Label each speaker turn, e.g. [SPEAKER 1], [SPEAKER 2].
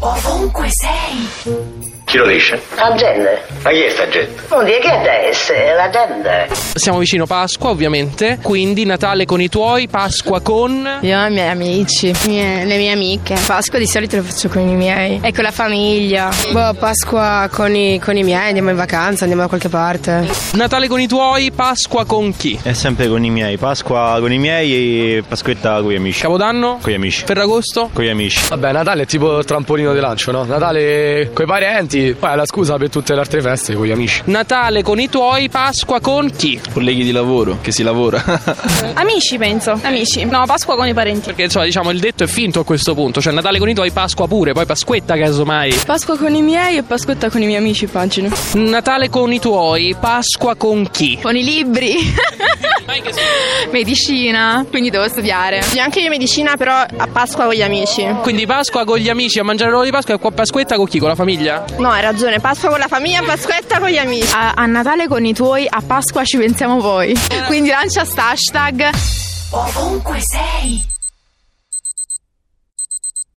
[SPEAKER 1] Ovunque sei,
[SPEAKER 2] Chi lo dice?
[SPEAKER 3] Agende.
[SPEAKER 2] Ma chi è sta gente?
[SPEAKER 3] Non dire che adesso è l'agenda.
[SPEAKER 4] Siamo vicino Pasqua, ovviamente, quindi Natale con i tuoi, Pasqua con...
[SPEAKER 5] Io e i miei amici, mie- le mie amiche. Pasqua di solito lo faccio con i miei e con la famiglia. Boh, Pasqua con i, con i miei, andiamo in vacanza, andiamo da qualche parte.
[SPEAKER 4] Natale con i tuoi, Pasqua con chi?
[SPEAKER 6] È sempre con i miei, Pasqua con i miei e Pasquetta con gli amici.
[SPEAKER 4] Capodanno?
[SPEAKER 6] Con gli amici.
[SPEAKER 4] Ferragosto?
[SPEAKER 6] Con gli amici.
[SPEAKER 7] Vabbè, Natale è tipo il trampolino di lancio, no? Natale coi parenti, poi è la scusa per tutte le altre feste con gli amici.
[SPEAKER 4] Natale con i tuoi, Pasqua con chi?
[SPEAKER 8] colleghi di lavoro che si lavora.
[SPEAKER 9] Amici, penso. Amici. No, Pasqua con i parenti.
[SPEAKER 4] Perché insomma, diciamo, il detto è finto a questo punto, cioè Natale con i tuoi, Pasqua pure, poi Pasquetta casomai.
[SPEAKER 9] Pasqua con i miei e Pasquetta con i miei amici, immagino.
[SPEAKER 4] Natale con i tuoi, Pasqua con chi?
[SPEAKER 5] Con i libri.
[SPEAKER 9] Medicina, quindi devo studiare.
[SPEAKER 5] Anche io medicina, però a Pasqua con gli amici.
[SPEAKER 4] Quindi Pasqua con gli amici a mangiare l'uovo di Pasqua e qua Pasquetta con chi? Con la famiglia?
[SPEAKER 5] No, hai ragione, Pasqua con la famiglia, Pasquetta con gli amici.
[SPEAKER 9] A, a Natale con i tuoi, a Pasqua ci pensiamo voi. Quindi lancia sta hashtag
[SPEAKER 1] ovunque sei.